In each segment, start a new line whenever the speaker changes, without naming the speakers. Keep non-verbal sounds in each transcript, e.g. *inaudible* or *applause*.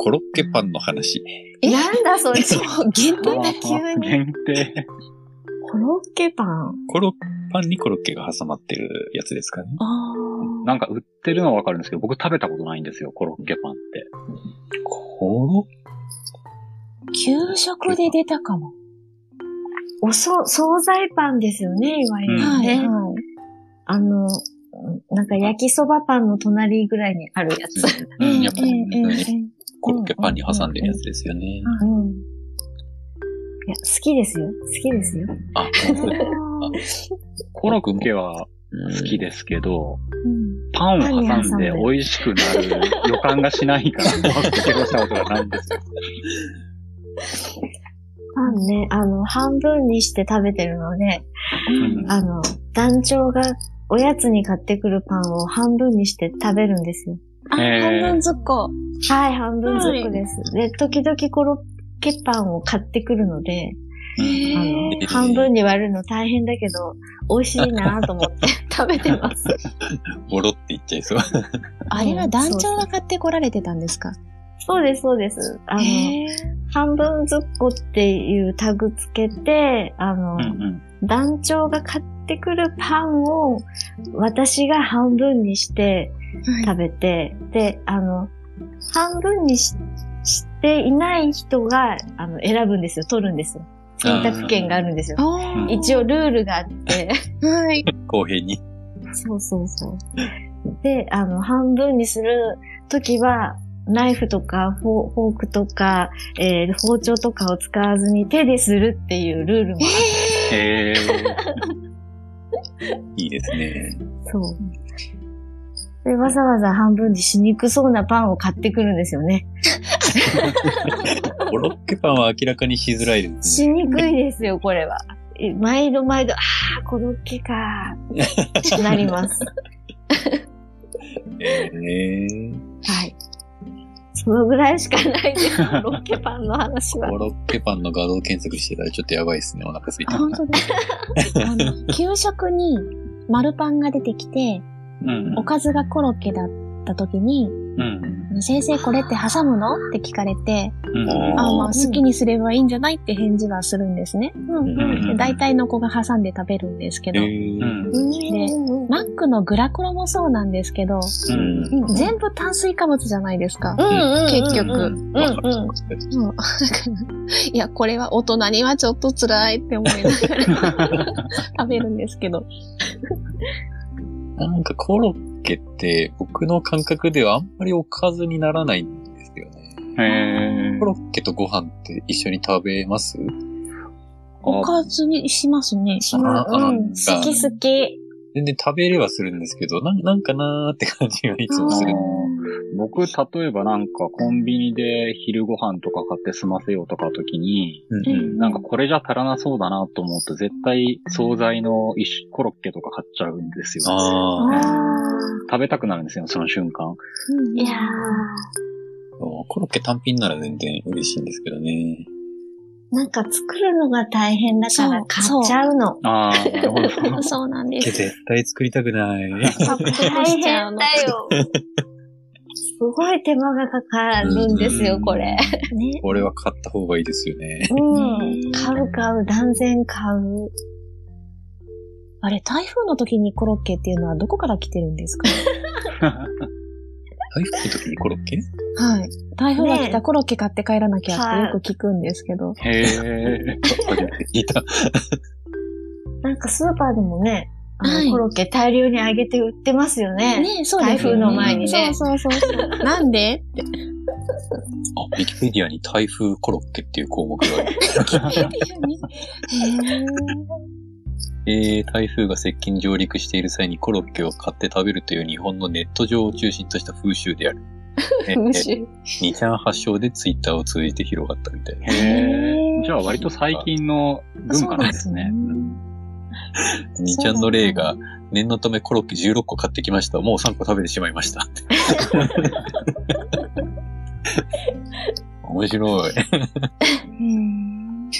コロッケパンの話。
え、なんだそれ。そう、限定 *laughs*
あ
だ、急
ー
に。
限定。
コロッケパン。
コロッパンにコロッケが挟まってるやつですかね。
ああ。
なんか売ってるのはわかるんですけど、僕食べたことないんですよ、コロッケパンって。
コロ
給食で出たかも。
おそ、惣菜パンですよね、いわゆる
うん
はい、
ね。
はい。
あの、なんか焼きそばパンの隣ぐらいにあるやつ。
ッうん、やっぱり、
ええええ
コロッケパンに挟んでるやつですよね。
うん。いや、好きですよ。好きですよ。
あ、本
コロッケは
当
好き。ですけど、
うん。
パンを挟んで
パンに挟んで
美味しくなる予感がしないから、怖くて披露したことがないんですよ。
パンね、あの、半分にして食べてるので、
うん
あの、団長がおやつに買ってくるパンを半分にして食べるんですよ。
あ、
えー
半分ずっこ。
はい、半分ずつです。で、時々コロッケパンを買ってくるので、
へ
あの
え。
半分に割るの大変だけど、美味しいなと思って *laughs* 食べてます。
ボロって言っちゃいそう。
あれは団長が買ってこられてたんですか
そうです、そうです。あの、
へえ。
半分ずっこっていうタグつけて、あの、
うんうん
団長が買ってくるパンを私が半分にして食べて、で、あの、半分にししていない人があの選ぶんですよ、取るんですよ。選択権があるんですよ。
ああ。
一応ルールがあって、
はい。
公平に。
*laughs* そうそうそう。で、あの、半分にするときは、ナイフとかフォフォークとか、えー包丁とかを使わずに手でするっていうルールもあっ
へー
いいですね。
そう。で、わざわざ半分にしにくそうなパンを買ってくるんですよね。
コロッケパンは明らかにしづらいですね。
しにくいですよ、これは。え毎度毎度、あー、コロッケかー。なります。
ええ
はい。そのぐらいしかないです、コロッケパンの話
コ *laughs*
は。
ロッケパンの画像検索してたらちょっとやばいですね。お腹すいて
本当
*laughs*
だ。あの、給食に丸パンが出てきて、
うん
おかずがコロッケだった時に、
うん
先生これって挟むのって聞かれて、
うん
あ
ああまあ
うん
好きにすればいいんじゃないって返事はするんですね。
うん
うん
大体の子が挟んで食べるんですけど、
う
え
ん
うん
マックのグラコロもそうなんですけど、
うん
うん
全部炭水化物じゃないですか。
結
結局
うん
わかる
うん。
もうだからいや、これは大人にはちょっと辛いって思い
*laughs*
ながら食べるんですけど。
なんかコロッケって僕の感覚ではあんまりおかずにならないんですよね。
へー
コロッケとご飯って一緒に食べます
おかずにしますね。
あ
う
なんん
好
か
き好き。
全然食べれはするんですけど、なんなんかなーって感じがいつもする。
僕、例えばなんかコンビニで昼ご飯とか買って済ませようとか時に、
うんうん
なんかこれじゃ足らなそうだなと思うと絶対惣菜の一種コロッケとか買っちゃうんですよ。
ああ、
食べたくなるんですよ、その瞬間。
いやー
コロッケ単品なら全然嬉しいんですけどね。
なんか作るのが大変だから買
そう
っちゃうの。
ああ、なるほど。
そうなんです。
絶対作りたくない。 *laughs*
パクパク
大
し
変
ちゃうの。
だ *laughs* よ。すごい手間がかかるんですよ、これ。ね。
これは買った方がいいですよね。
うん。買う買う、断然買う。
あれ、台風の時にコロッケっていうのはどこから来てるんですか
台風の時にコロッケ
はい。台風が来たらコロッケ買って帰らなきゃってよく聞くんですけど。
へえ。
初めて聞いた。
なんかスーパーでもね、あの
はい
コロッケ大量に揚げて売ってますよね。
ねそうですよ
台風
ね
の前に
ね
そうそうそうそう。なん
*laughs*
で
あ、ウィキペディアに台風コロッケっていう項目がある。
*laughs* へー
えー、台風が接近上陸している際にコロッケを買って食べるという日本のネット上を中心とした風習 *laughs* である。えー
むしろ
2ちゃん発祥でツイッターを通じて広がったみたいな。
へえ。じゃあ割と最近の文化なんですね。
2ちゃんの例が念のためコロッケ16個買ってきました。もう3個食べてしまいました。 *laughs* 面白い。
うん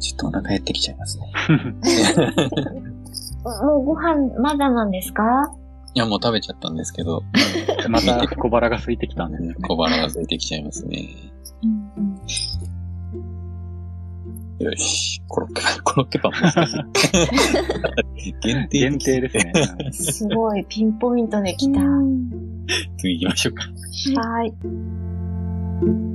ちょっとお腹減ってきちゃいますね。
もうご飯まだなんですか
いや、もう食べちゃったんですけど。
また小腹が空いてきたんですね。
小腹が空いてきちゃいますね。よし。コロッケ、コロッケパン難しい。限定
限定
で。
ですね。
すごい、ピンポイントで来た。
う
は
ん
次行きましょうか。
い。
はい